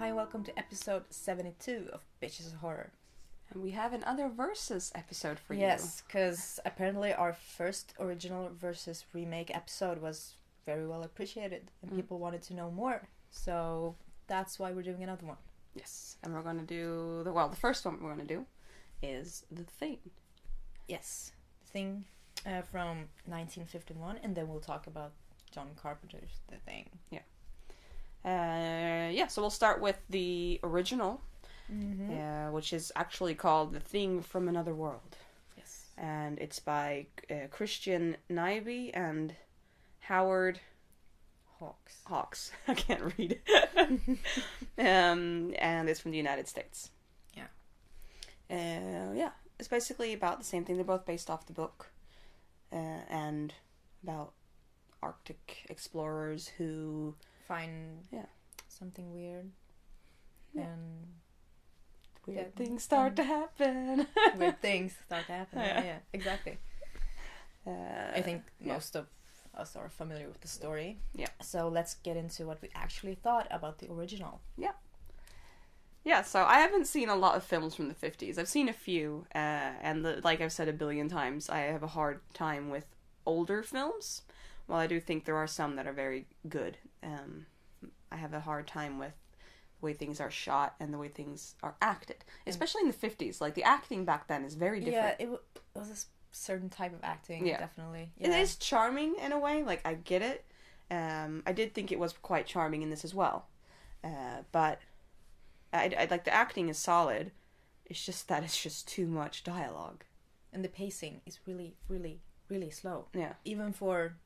welcome to episode 72 of Bitches of Horror. And we have another versus episode for yes, because apparently our first original versus remake episode was very well appreciated and Mm. people wanted to know more. So that's why we're doing another one. you. Yes. And we're going to do the well, the first one we're going to do is The Thing. Yes, the thing uh, from 1951, and then we'll talk about John Carpenter's The Thing. Uh yeah, so we'll start with the original, Mm-hmm. uh, which is actually called The Thing from Another World. Yes. And it's by uh, Christian Nyby and Howard Hawks. Hawks. I can't read. um, and it's from the United States. Yeah. Uh, yeah, it's basically about the same thing. They're both based off the book, uh, and about Arctic explorers who Find Yeah. something weird. Yeah. And weird Yeah. things start to happen. weird things start to happen. Yeah. Yeah, yeah, exactly. uh, I think yeah. most of us are familiar with the story. Yeah. So let's get into what we actually thought about the original. Yeah, so I haven't seen a lot of films from the 50s. I've seen a few, uh, and the, like I've said a billion times, I have a hard time with older films. While I do think there are some that are very good, um, I have a hard time with the way things are shot and the way things are acted. Especially in the 50s. Like, the acting back then is very Yeah, different. it, w- it was a s- certain type of acting, Yeah. definitely. It is charming in a way, like, I get it. Um, I did think it was quite charming in this as well. Uh, but, I, I like, the acting is solid. It's just that it's just too much dialogue. And the pacing is really, really, really slow. Yeah, Even for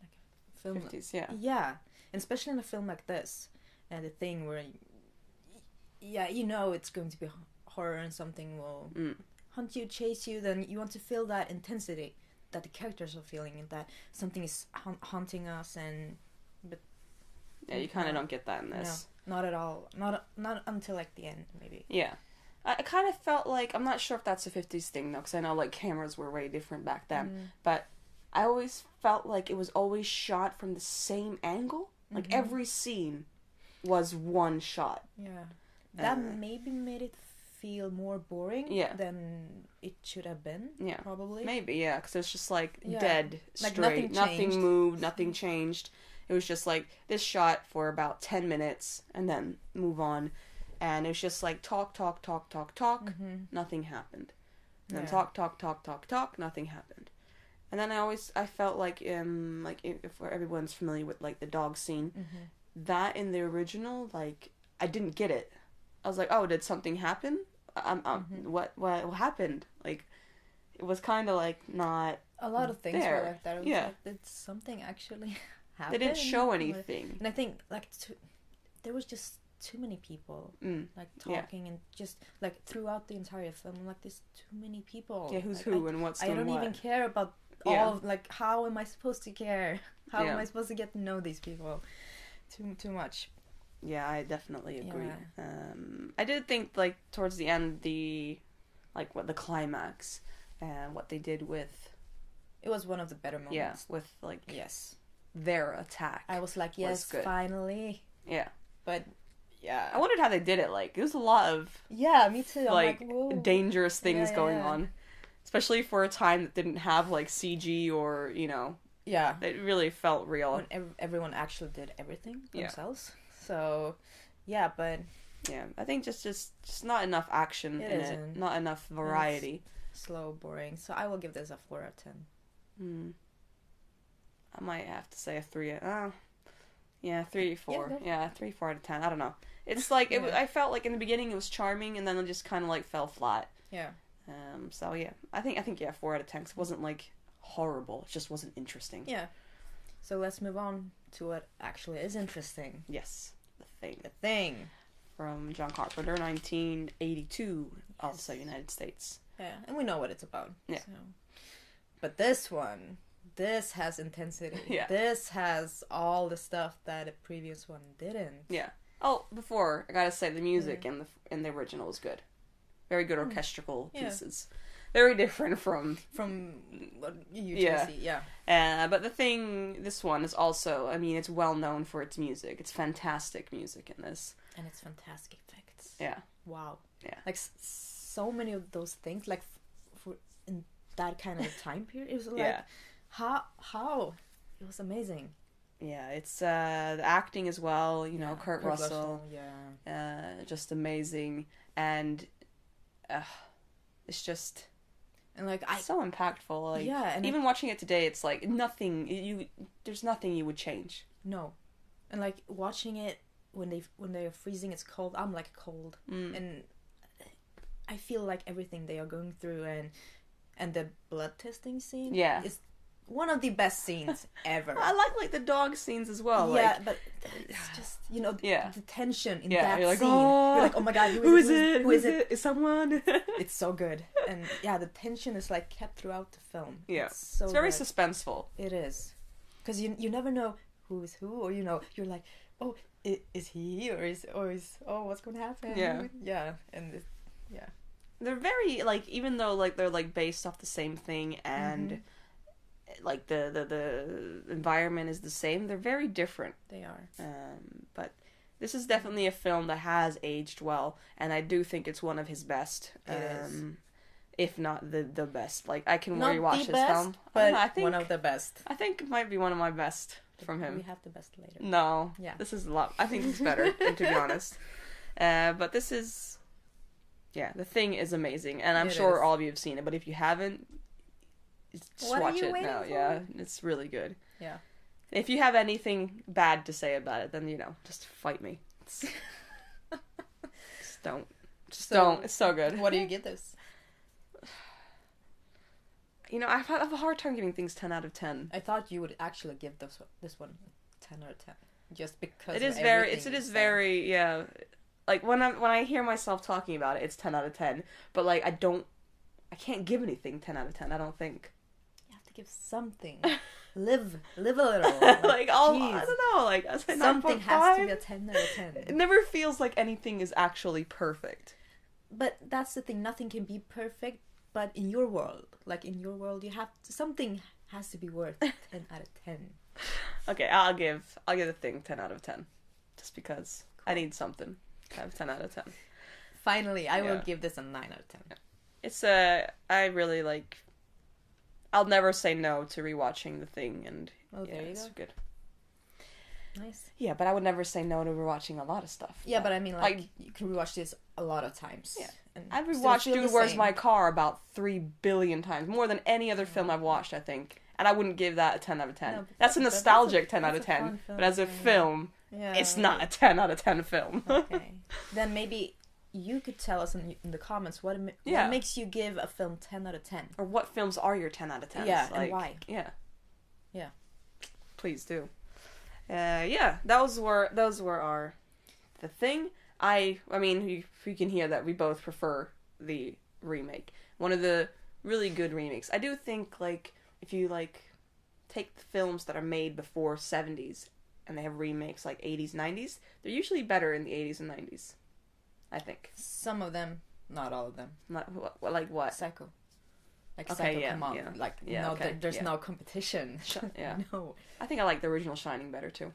like a film. fifties. Yeah, Yeah, and especially in a film like this, and the thing where, y- yeah, you know it's going to be h- horror and something will Mm. hunt you, chase you. Then you want to feel that intensity that the characters are feeling, and that something is hun- haunting us, and yeah. You kind of don't get that in this. not at all, not not until like the end, maybe. Yeah, I, I kind of felt like I'm not sure if that's a fifties thing though, because I know like cameras were way different back then. But I always felt like it was always shot from the same angle. Like every scene was one shot. Yeah, that Uh. maybe made it feel more boring Yeah. than it should have been. Yeah. probably. Maybe yeah, because it was just like Yeah. dead Like, straight. nothing changed. moved. Nothing changed. It was just like this shot for about ten minutes and then move on. And it was just like talk, talk, talk, talk, talk. Mhm. nothing happened. And then Yeah. talk, talk, talk, talk, talk, nothing happened. And then I always I felt like um like if if everyone's familiar with like the dog scene, Mhm. that in the original like I didn't get it. I was like, oh, did something happen? Um, um Mm-hmm. what what what happened? Like it was kind of like not A lot of things There. were like that. It was Yeah. like, did something actually they happen? didn't show Or- anything. And I think like too, there was just too many people Mm. like Yeah. talking and just like throughout the entire film, I'm like there's too many people. Yeah, who's Like, who and what's I, I doing don't what? even care about Yeah. all. Of, like, how am I supposed to care? How am Yeah. I supposed to get to know these people? Too too much. Yeah, I definitely agree. Yeah. Um, I did think like towards the end, the like what the climax and what they did with It was one of the better yeah moments. with like Yes, their attack. I was like, yes, good. finally. yeah, But yeah, I wondered how they did it. Like it was a lot of yeah, me too. I'm like, like, whoa. dangerous things Yeah, going yeah. on, especially for a time that didn't have like CG or you know yeah, it really felt real. when ev- everyone actually did everything Oh. Yeah. themselves. So, yeah, but yeah, I think just just just not enough action It in isn't. it, not enough variety. slow, boring. So I will give this a four out of ten. Hmm. I might have to say a three. Uh, yeah, three, four. go Yeah, three, four out of ten. I don't know. It's like it. wa- Yeah. I felt like in the beginning it was charming, and then it just kind of like fell flat. Yeah, Um. So yeah, I think I think yeah, four out of ten. 'cause it wasn't like horrible. It just wasn't interesting. yeah. So let's move on to what actually is interesting. Yes, the thing The thing. from John Carpenter, nineteen eighty-two, also Yes. United States. Yeah, and we know what it's about. Yeah. So. But this one, this has intensity. Yeah. This has all the stuff that the previous one didn't. Yeah. Oh, before I gotta say the music in the in the original was good. Very good orchestral Hmm. Yeah. pieces. Very different from From what you usually Yeah. see. Yeah. Uh, but the thing, this one is also, I mean, it's well known for its music. It's fantastic music in this. and it's fantastic effects. Yeah. Wow. Yeah. Like s- so many of those things, like f- for in that kind of time period, it was like Yeah. how how it was amazing. Yeah, it's uh, the acting as well. You know, Yeah. Kurt, Russell, Yeah. Uh, just amazing, and uh, it's just And like I so impactful. Like, Yeah, and even watching it today, it's like nothing. You there's nothing you would change. no, and like watching it when they when they're freezing, it's cold. I'm like cold, Mm. and I feel like everything they are going through, and and the blood testing scene. Yeah. is one of the best scenes ever. I like like the dog scenes as well. yeah, Like, but it's just you know Yeah. the tension in Yeah, that you're like, scene. "Oh, you're like, oh my god, who is it? Who is it? Is someone? It's so good, and yeah, the tension is like kept throughout the film. Yeah. it's so it's very good. suspenseful. it is because you you never know who is who, or you know you're like, oh, i- is he or is or is oh what's going to happen? Yeah. yeah, and it, they're very like even though like they're like based off the same thing and Mm-hmm. like the, the the environment is the same they're very different they are. um but this is definitely a film that has aged well and i do think it's one of his best Um, It is. if not the the best like i can Not rewatch the this best, film I don't but know, i think one of the best i think it might be one of my best from him Mm. We have the best later. no. Yeah. This is a lot. I think it's better, to be honest. Uh, but this is. Yeah, the thing is amazing, and I'm It sure is. all of you have seen it. But if you haven't, just What are watch you it waiting now. for? Yeah, it's really good. Yeah. If you have anything bad to say about it, then you know, just fight me. It's- just don't. Just So, don't. It's so good. What do you give this? You know, I have a hard time giving things ten out of ten. I thought you would actually give this this one a ten out of ten, just because it of is very everything it's, it you is said. very yeah like when i when i hear myself talking about it it's 10 out of 10 but like i don't i can't give anything 10 out of 10 i don't think You have to give something. live, live a little. like, all i jeez. don't know like I say something has to be a 9.5. ten out of it ten. never feels like anything is actually perfect But that's the thing. Nothing can be perfect. But in your world, like in your world, you have to, something has to be worth ten out of ten. okay i'll give i'll give the thing 10 out of 10 just because i need something to have 10 out of 10 Finally, I will Yeah. give this a nine out of ten. it's uh i really like i'll never say no to rewatching the thing and Oh, yeah, there you it's go. good Nice. Yeah, but I would never say no to rewatching a lot of stuff. Yeah, but I mean, like, Like- you can rewatch this a lot of times. Yeah. and I've still rewatched feel the Dude, Where's same. My Car about three billion times, more than any other film I've watched, I think. And I wouldn't give that a 10 out of 10. No, but that's that's a- a nostalgic 10 out that's of a 10, fun film, but as a yeah. film, Yeah. it's not a 10 out of 10 film. okay. Then maybe you could tell us in, in the comments what, ma- Yeah. what makes you give a film 10 out of 10. or what films are your 10 out of 10s? Yeah, and why? Yeah. Yeah. Please do. Uh, yeah, those were those were our the thing. I I mean, you, you can hear that we both prefer the remake. One of the really good remakes. I do think like if you like take the films that are made before 70s and they have remakes like 80s 90s, they're usually better in the 80s and 90s. I think. Some of them, not all of them. Not, wh- like what? Uh, Psycho. Like Okay, Psycho, yeah, come on. yeah. Like, Yeah, no, okay, there- there's yeah. no competition. Sure, yeah. no. I think I like the original Shining better too.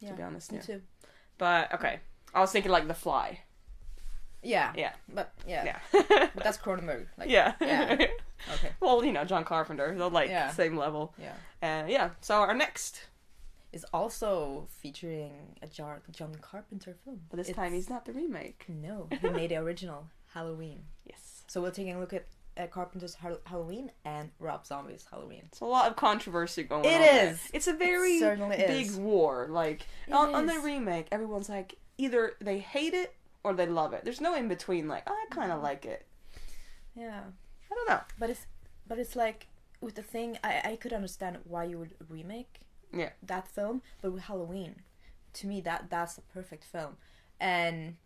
Yeah. To be honest, Me yeah. too. But okay, I was thinking like The Fly. Yeah. Yeah, But yeah. yeah, But that's Cronenberg. Like, yeah. yeah. Okay. well, you know, John Carpenter, they're like Yeah. same level. Yeah. Uh, yeah. So our next, It's also featuring a Jar- John Carpenter film. but this It's- time he's not the remake. No, he made the original Halloween. Yes. So we're taking a look at uh, Carpenter's Hal- Halloween and Rob Zombie's Halloween. It's a lot of controversy going It on. there. is. It's a very certainly big is. war. Like It on, on the is. remake, everyone's like either they hate it or they love it. There's no in between. Like "Oh, I kind Mm. of like it. Yeah, I don't know. but it's but it's like with the thing I I could understand why you would remake Yeah. that film, but with Halloween, to me that that's the perfect film, and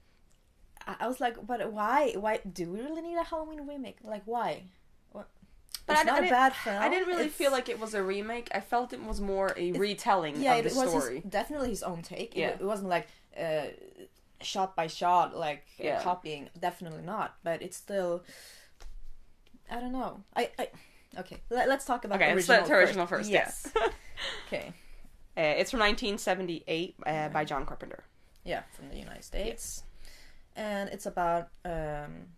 I, I was like, but why why do we really need a Halloween remake? Like why? What? But it's I d- not I a didn't- bad film. I didn't really It's- feel like it was a remake. I felt it was more a retelling yeah, of the it was his- story. definitely his own take. It Yeah. wa- It, wasn't like uh, shot by shot, like uh, Yeah. copying. Definitely not. But it's still, I don't know. I, I okay. Let, us talk about Okay, the let's original, let the original first, Yes. yeah. okay. Uh, it's from 1978 uh, by John Carpenter. Yeah, from the United States. And it's about um,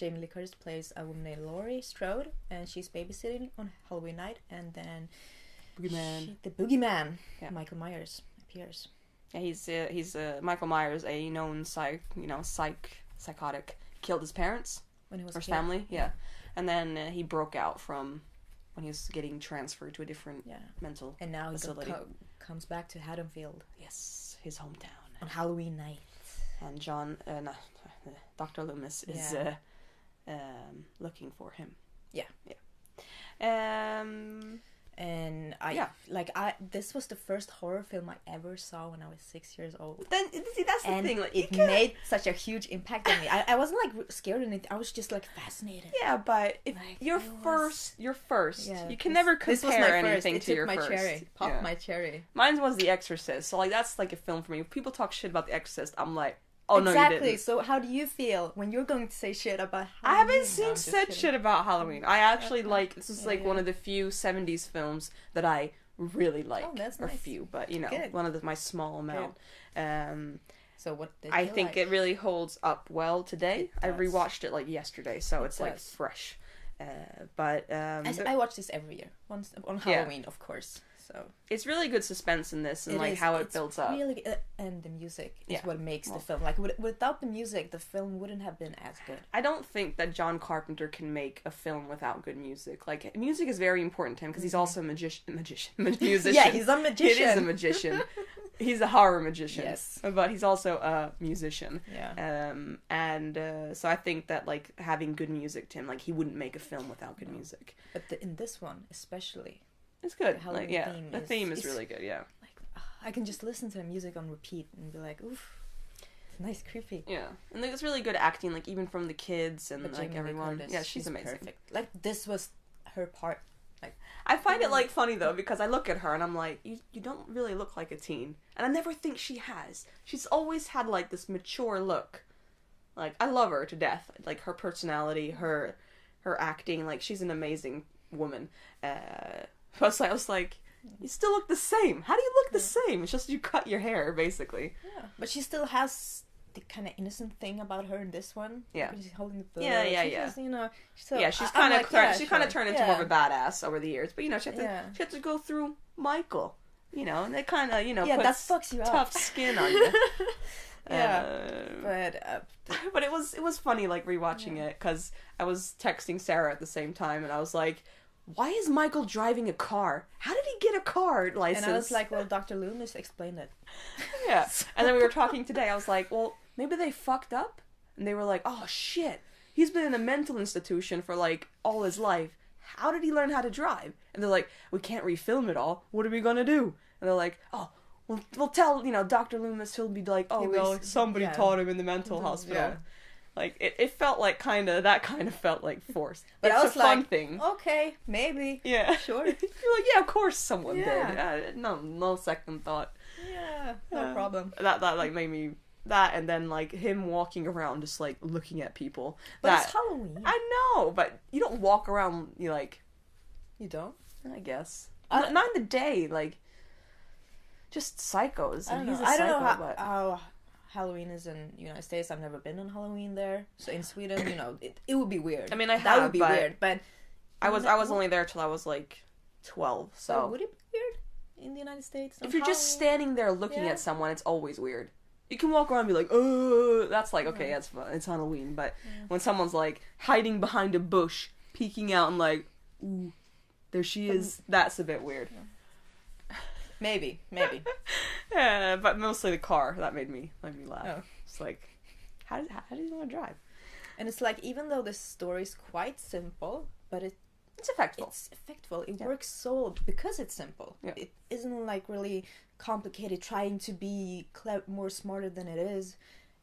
Jamie Lee Curtis plays a woman named Laurie Strode, and she's babysitting on Halloween night, and then Boogeyman. she- the boogeyman, Yeah. Michael Myers, appears. Yeah, he's uh, he's uh, Michael Myers, a known psych, you know, psych psychotic, killed his parents When he was or a his kid. family, yeah, and then uh, he broke out from when he was getting transferred to a different Yeah. mental. And now he co- Facility. co- comes back to Haddonfield Yes, his hometown. on Halloween night. and John, uh, no, Doctor Loomis is Yeah. uh, um, looking for him. Yeah. yeah. Um, And I Yeah. like I this was the first horror film I ever saw when I was six years old. then see that's the And thing. Like, you it can't- made such a huge impact on me. I, I wasn't like scared or anything. I was just like fascinated. yeah, but if Like, your it was- first, your first, Yeah, you can this- never this was compare my first. anything It to took your my first. cherry. Pop Yeah. my cherry. Mine was The Exorcist, so like that's like a film for me. If people talk shit about The Exorcist, I'm like, oh exactly. no, you didn't. So how do you feel when you're going to say shit about? I Halloween? haven't No, seen I'm just said kidding. shit about Halloween. I actually like this is Yeah, like yeah. Oh, one of the few '70s films that I really like. that's or nice. few, but you know, Good. one of the, my small amount. Um, So what? Did I you think like? it really holds up well today. It I does. rewatched it like yesterday, so It it's like does. fresh. Uh, but um, I, s- I watch this every year, once on Halloween, of course. So it's really good suspense in this and It like is- how it it's builds up. Really, uh, and the music is Yeah. what makes Well- the film. Like wi- without the music, the film wouldn't have been as good. I don't think that John Carpenter can make a film without good music. Like music is very important to him because he's also a magician, magician, musician. Yeah, he's a magician. He is a magician. he's a horror magician. Yes. but he's also a musician. Yeah. Um, and uh, so I think that like having good music to him, like he wouldn't make a film without good music. But the, in this one, especially, It's good. The like Halloween yeah, theme the is- theme is, is- really good. Yeah, like ah, I can just listen to the music on repeat and be like, oof, it's nice, creepy. yeah, and like, it's really good acting. Like even from the kids and But like Jamie Lee everyone. Curtis, yeah, she's, amazing. Perfect. Like this was her part. I find Mm. it like funny though because I look at her and I'm like, you, you don't really look like a teen, and I never think she has. She's always had like this mature look. Like I love her to death. Like her personality, her her acting. Like she's an amazing woman. Uh, I was like, I was like, you still look the same. How do you look the same? It's just you cut your hair basically. Yeah. But she still has the kind of innocent thing about her in this one. Yeah. When she's holding the book. Yeah, yeah, she's yeah. Just, you know. So yeah, she's I- I'm kind of like, tur- yeah, she kind of sure. turned into Yeah. more of a badass over the years. But you know, she had to Yeah. she had to go through Michael. You know, and they kind of you know Yeah, that puts fucks you up. tough skin on you. yeah. Um, but uh, but it was it was funny like rewatching it 'cause it because I was texting Sarah at the same time and I was like, "Why is Michael driving a car? How did he get a car license?" and I was like, well, Dr. Loomis explained it. "Yeah." And then we were talking today. I was like, "Well, maybe they fucked up," and they were like, "Oh shit, he's been in a mental institution for like all his life. How did he learn how to drive?" And they're like, "We can't refilm it all. What are we gonna do?" And they're like, "Oh." We'll, we'll tell you know Dr. Loomis he'll be like oh He well was- somebody yeah. Mm-hmm. taught him in the mental hospital yeah. like it, it felt like kind of that kind of felt like forced. But it's I was a fun like, thing. Okay, maybe. yeah, sure. You're like, yeah, of course someone Yeah. did. Uh, no, no second thought. Yeah, no Uh, problem. That that like made me that, and then like him walking around just like looking at people. But that it's Halloween. I know, but you don't walk around. You like, you don't. I guess I- not, not in the day. Like, just psychos. I And don't he's know. a I don't know psycho, how, but how Halloween is in United States. I've never been on Halloween there. So in Sweden, you know, it, it would be weird. I mean, I that have, would be but- weird. But I was No. I was only there till I was like twelve. so So would it be weird in the United States? on if you're just Halloween? standing there looking Yeah. at someone, it's always weird. You can walk around and be like, "Oh, that's like okay, that's fun. It's Halloween." But when someone's like hiding behind a bush, peeking out, and like, "Ooh, there she is," that's a bit weird. maybe, maybe. Yeah, but mostly the car that made me made me laugh. Oh. It's like, how did how did you want to drive? and it's like even though this story is quite simple, but it It's effectful. it's effectful. It Yeah. works so because it's simple. Yeah. It isn't like really complicated trying to be cle- more smarter than it is.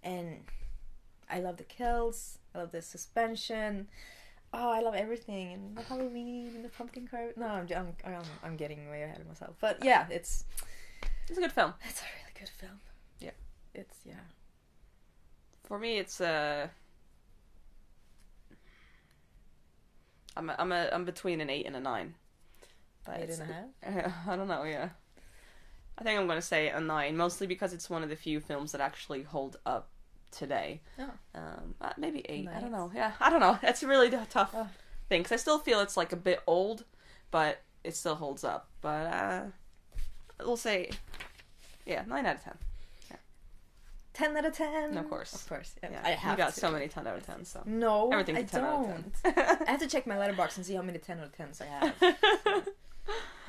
And I love the kills. I love the suspension. Oh, I love everything and the Halloween and the pumpkin carve. No, I'm, I'm I'm I'm getting way ahead of myself. But yeah, it's It's a good film. it's a really good film. Yeah. It's yeah. For me, it's uh, I'm a, I'm a, I'm between an eight and a nine. But Eight it's and a half. I don't know, yeah. I think I'm going to say a nine, mostly because it's one of the few films that actually hold up today. Oh. Um, uh, maybe eight. I Nice. don't know. Yeah, I don't know. That's a really t- tough Oh. thing because I still feel it's like a bit old, but it still holds up. But uh, we'll say, yeah, nine out of ten. Ten out of ten. Of course. Of course. Yeah, Yeah, I have you got to. so many ten out of ten. So No, everything's I a ten don't. out of ten. I have to check my letterbox and see how many ten out of tens I have.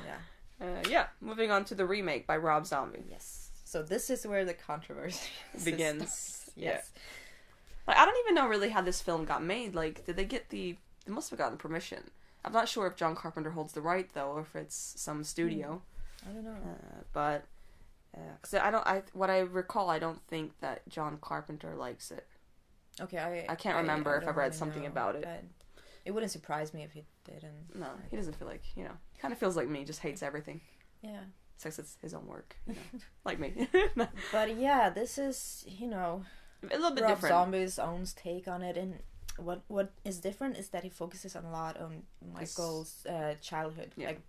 Yeah. Uh, yeah, moving on to the remake by Rob Zombie. Yes. So this is where the controversy Begins. starts. Yeah. Yes. Like, I don't even know really how this film got made. Like, did they get the? They must have gotten permission. I'm not sure if John Carpenter holds the right though, or if it's some studio. I don't know. Uh, but because I don't, I what I recall, I don't think that John Carpenter likes it. Okay, I I can't remember if I don't read really something know, about it. but It wouldn't surprise me if he didn't. No, he doesn't feel like you know. Kind of feels like me. Just hates everything. Yeah. Sex it's his own work, you know, like me. a But yeah, this is you know little bit Rob different. Zombie's own take on it, and what what is different is that he focuses on a lot on Yes. Michael's uh, childhood, Yeah. like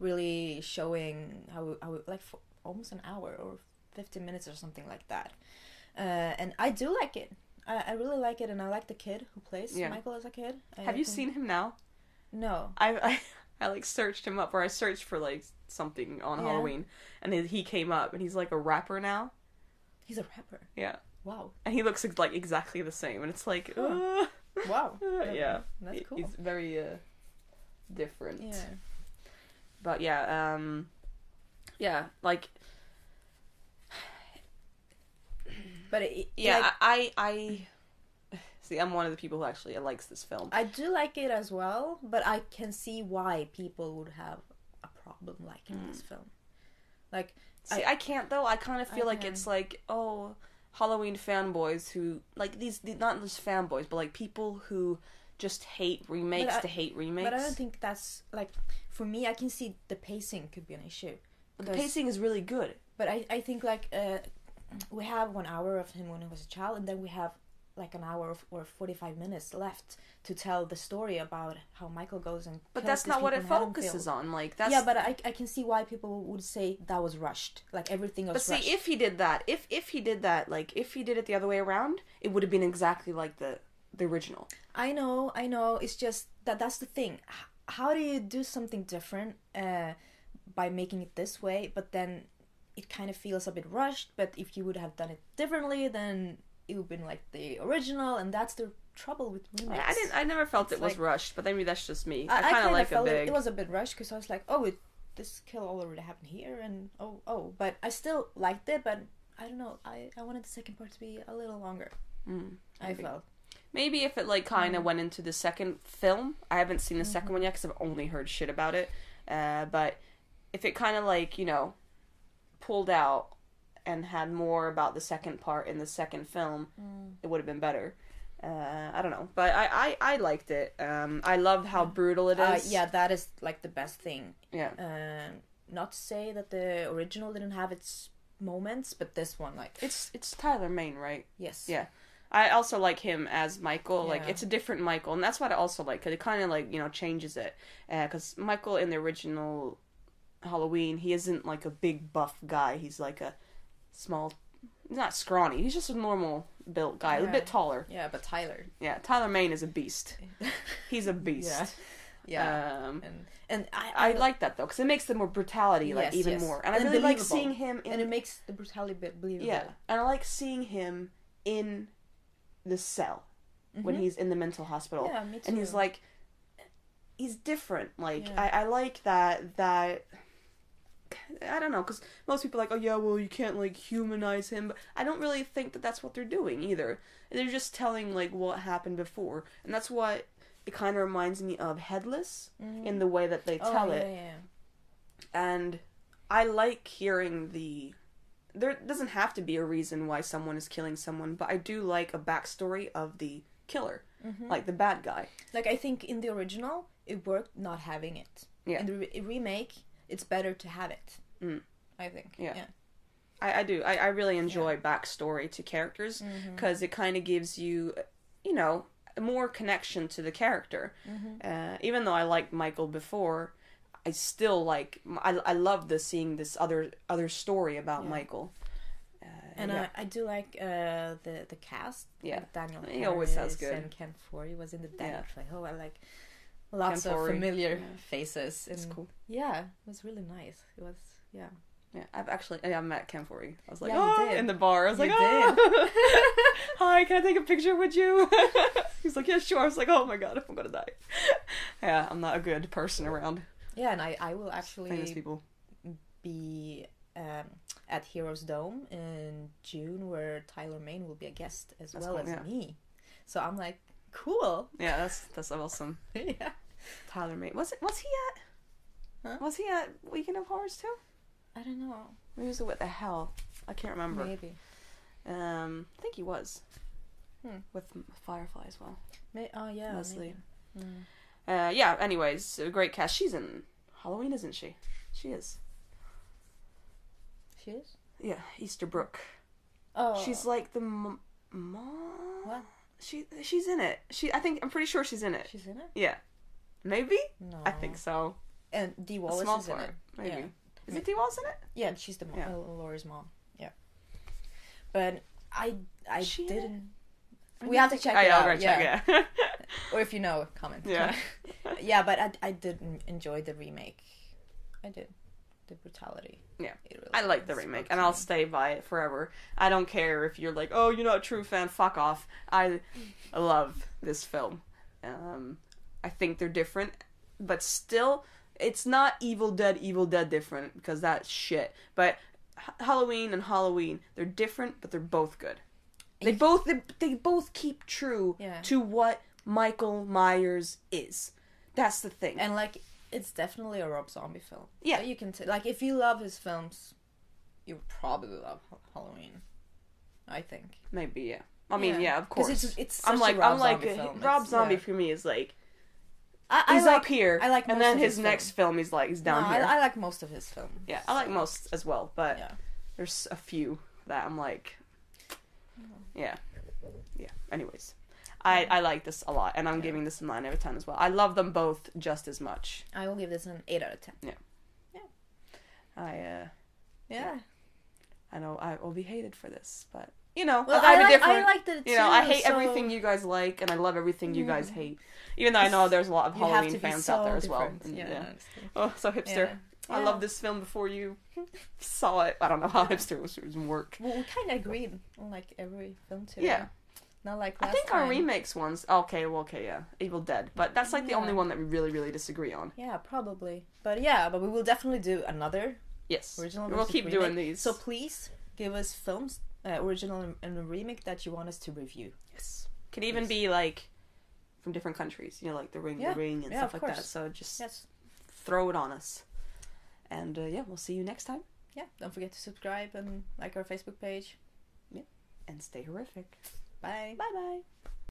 really showing how how like for almost an hour or fifteen minutes or something like that. Uh, and I do like it. I, I really like it, and I like the kid who plays Yeah. Michael as a kid. I Have you think- seen him now? No. I, I I like searched him up, or I searched for like something on Yeah. Halloween, and he- he came up, and he's like a rapper now. He's a rapper. Yeah, Wow. and he looks like exactly the same, and it's like, Huh. uh, Wow. uh, yeah, That's He- cool. He's very uh, different. Yeah. But yeah, um, yeah, like But it, yeah, like, I, I I see. I'm one of the people who actually likes this film. I do like it as well, but I can see why people would have a problem liking Hmm. this film. Like, See, I, can't though. I kind of feel I like it's like oh, Halloween fanboys who like these the- not just fanboys, but like people who just hate remakes But I- to hate remakes. but I don't think that's like for me. I can see the pacing could be an issue, the pacing is really good. but I I think like uh, we have one hour of him when he was a child, and then we have like an hour of, or forty five minutes left to tell the story about how Michael goes and. But that's not what it focuses on. Like that's Yeah, but I I can see why people would say that was rushed. Like everything was But see, rushed. if he did that, if if he did that, like if he did it the other way around, it would have been exactly like the the original. I know, I know. It's just that that's the thing. H- how do you do something different uh, by making it this way? But then it kind of feels a bit rushed. But if you would have done it differently, then it would have been like the original, and that's the trouble with remakes. I didn't. I never felt it was like- rushed, but maybe that's just me. I, I, kind of like a felt big. it, it was a bit rushed because I was like, oh, it, this kill already happened here, and oh, oh. But I still liked it. But I don't know. I I wanted the second part to be a little longer. Mm, I maybe. felt. Maybe if it like kind of went into the second film, I haven't seen the second one yet because I've only heard shit about it. Uh, but if it kind of like you know pulled out and had more about the second part in the second film, it would have been better. Uh, I don't know, but I I, I liked it. Um, I loved how brutal it Uh, is. yeah, that is like the best thing yeah. um, not to say that the original didn't have its moments, but this one, like, It's it's Tyler Main, right? yes, Yeah. I also like him as Michael. Like Yeah. it's a different Michael, and that's what I also like because it kind of like you know changes it. Because Michael in the original Halloween, he isn't like a big buff guy. He's like a small, not scrawny. He's just a normal built guy, a Yeah. bit taller. yeah, but Tyler, Yeah, Tyler Main is a beast. He's a yeah, beast. yeah, Um, and and I, I like that though because it makes the more brutality like Yes, even yes. more, and I And really like believable. seeing him in and it makes the brutality bit believable. yeah, and I like seeing him in the cell when he's in the mental hospital. Mm-hmm. Yeah, me And he's too. like, he's different. Like Yeah. I, I like that that. I don't know, because most people are like, oh yeah, well you can't like humanize him, but I don't really think that that's what they're doing either. They're just telling like what happened before, and that's what it kind of reminds me of Headless in the way that they Oh, tell yeah, it yeah, and I like hearing the. There doesn't have to be a reason why someone is killing someone, but I do like a backstory of the killer, Mm-hmm. like the bad guy. Like I think in the original, it worked not having it. Yeah. In the re- remake, it's better to have it. Mm. I think. Yeah. I, I do. I, I really enjoy backstory to characters Mm-hmm. because it kind of gives you, you know, Mm-hmm. more connection to the character. Uh, even though I liked Michael before, I still like I, I love this seeing this other other story about Yeah. Michael. Uh, And yeah. I, I do like uh, the the cast. Yeah. like Daniel. He always sounds Harris good. And Ken Foree was in the Daniel Yeah. Trejo. I like lots Ken of Foree. familiar Yeah. faces. it's and- cool. Yeah, it was really nice. It was yeah. Yeah, I've actually yeah, I met Ken Foree. I was like, Yeah, you "Oh," did. in the bar. I was You like, "Oh, hi, can I take a picture with you?" He's like, "Yeah, sure." I was like, "Oh my god, I'm gonna die." yeah, I'm not a good person around Yeah, and I I will famous actually people. be um, at Heroes Dome in June, where Tyler Main will be a guest as That's well cool, as yeah. me. So I'm like, cool. Yeah, that's that's awesome. yeah. Tyler May. Was it? Was he at? Huh? Was he at Weekend of Horrors too? I don't know. Maybe it was what the hell? I can't remember. Maybe. Um, I think he was Hmm. with Firefly as well. May- oh yeah. Leslie. maybe. Mm. Uh, yeah. Anyways, a great cast. She's in Halloween, isn't she? She is. She is. Yeah, Easter Brooke. Oh. She's like the m- mom. What? She she's in it. She I think I'm pretty sure she's in it. She's in it. Yeah, maybe No. I think so. And Dee a Wallace small Oh. is part, in it. maybe. Yeah. Is it D Wallace in it? Yeah, and she's the mom. Yeah. uh, Laurie's mom. Yeah. But I I Is she in it? didn't. I We don't have to think- check Oh, it yeah, out, I'll go yeah. check. Yeah. Or if you know, comment. Yeah. yeah, but I I did n- enjoy the remake. I did. The brutality. Yeah. It really I like the spoke remake, to and I'll me. stay by it forever. I don't care if you're like, oh, you're not a true fan. Fuck off. I love this film. Um, I think they're different, but still, it's not Evil Dead, Evil Dead different because that's shit. But H- Halloween and Halloween, they're different, but they're both good. They Yeah. both they, they both keep true Yeah. to what Michael Myers is. That's the thing. And like, it's definitely a Rob Zombie film. Yeah. you can t- like if you love his films, you probably love Ha- Halloween. I think. Maybe yeah. I mean, Yeah. yeah, of 'Cause course. it's- it's I'm such a like Rob I'm like Zombie film. Rob It's- Zombie yeah. for me is like I, he's up here, I like and most then of his, his next film he's like he's down No, here. I, I like most of his films. yeah, I like so- most as well, but Yeah. there's a few that I'm like, yeah, yeah. Anyways, I I like this a lot, and I'm giving this a nine out of ten as well. I love them both just as much. I will give this an eight out of ten. I uh, Yeah. I know I will be hated for this, but you know, Well, I, I, have a like, different. I liked it too. you know, I hate so everything you guys like, and I love everything you guys hate. Even though I know there's a lot of you have Halloween to be fans so out there as well. different. And, Yeah. yeah. honestly. Oh, so hipster. I Yeah. love this film before you saw it. I don't know how hipster was was in work. Well, we kind of agreed on like every film too. Yeah. Not like I last think our time. remakes ones. Okay, well, okay, yeah, Evil Dead, but that's like the Yeah. only one that we really, really disagree on. Yeah, probably. But yeah, but we will definitely do another Yes, original. we'll versus keep remake. doing these. So please give us films, uh, original and- and remake that you want us to review. yes, can even be like from different countries. You know, like The Ring, Yeah. The Ring, and Yeah, of stuff like that. course. So just Yes. throw it on us, and uh, yeah, we'll see you next time. Yeah. Don't forget to subscribe and like our Facebook page. And stay horrific. Bye. Bye bye.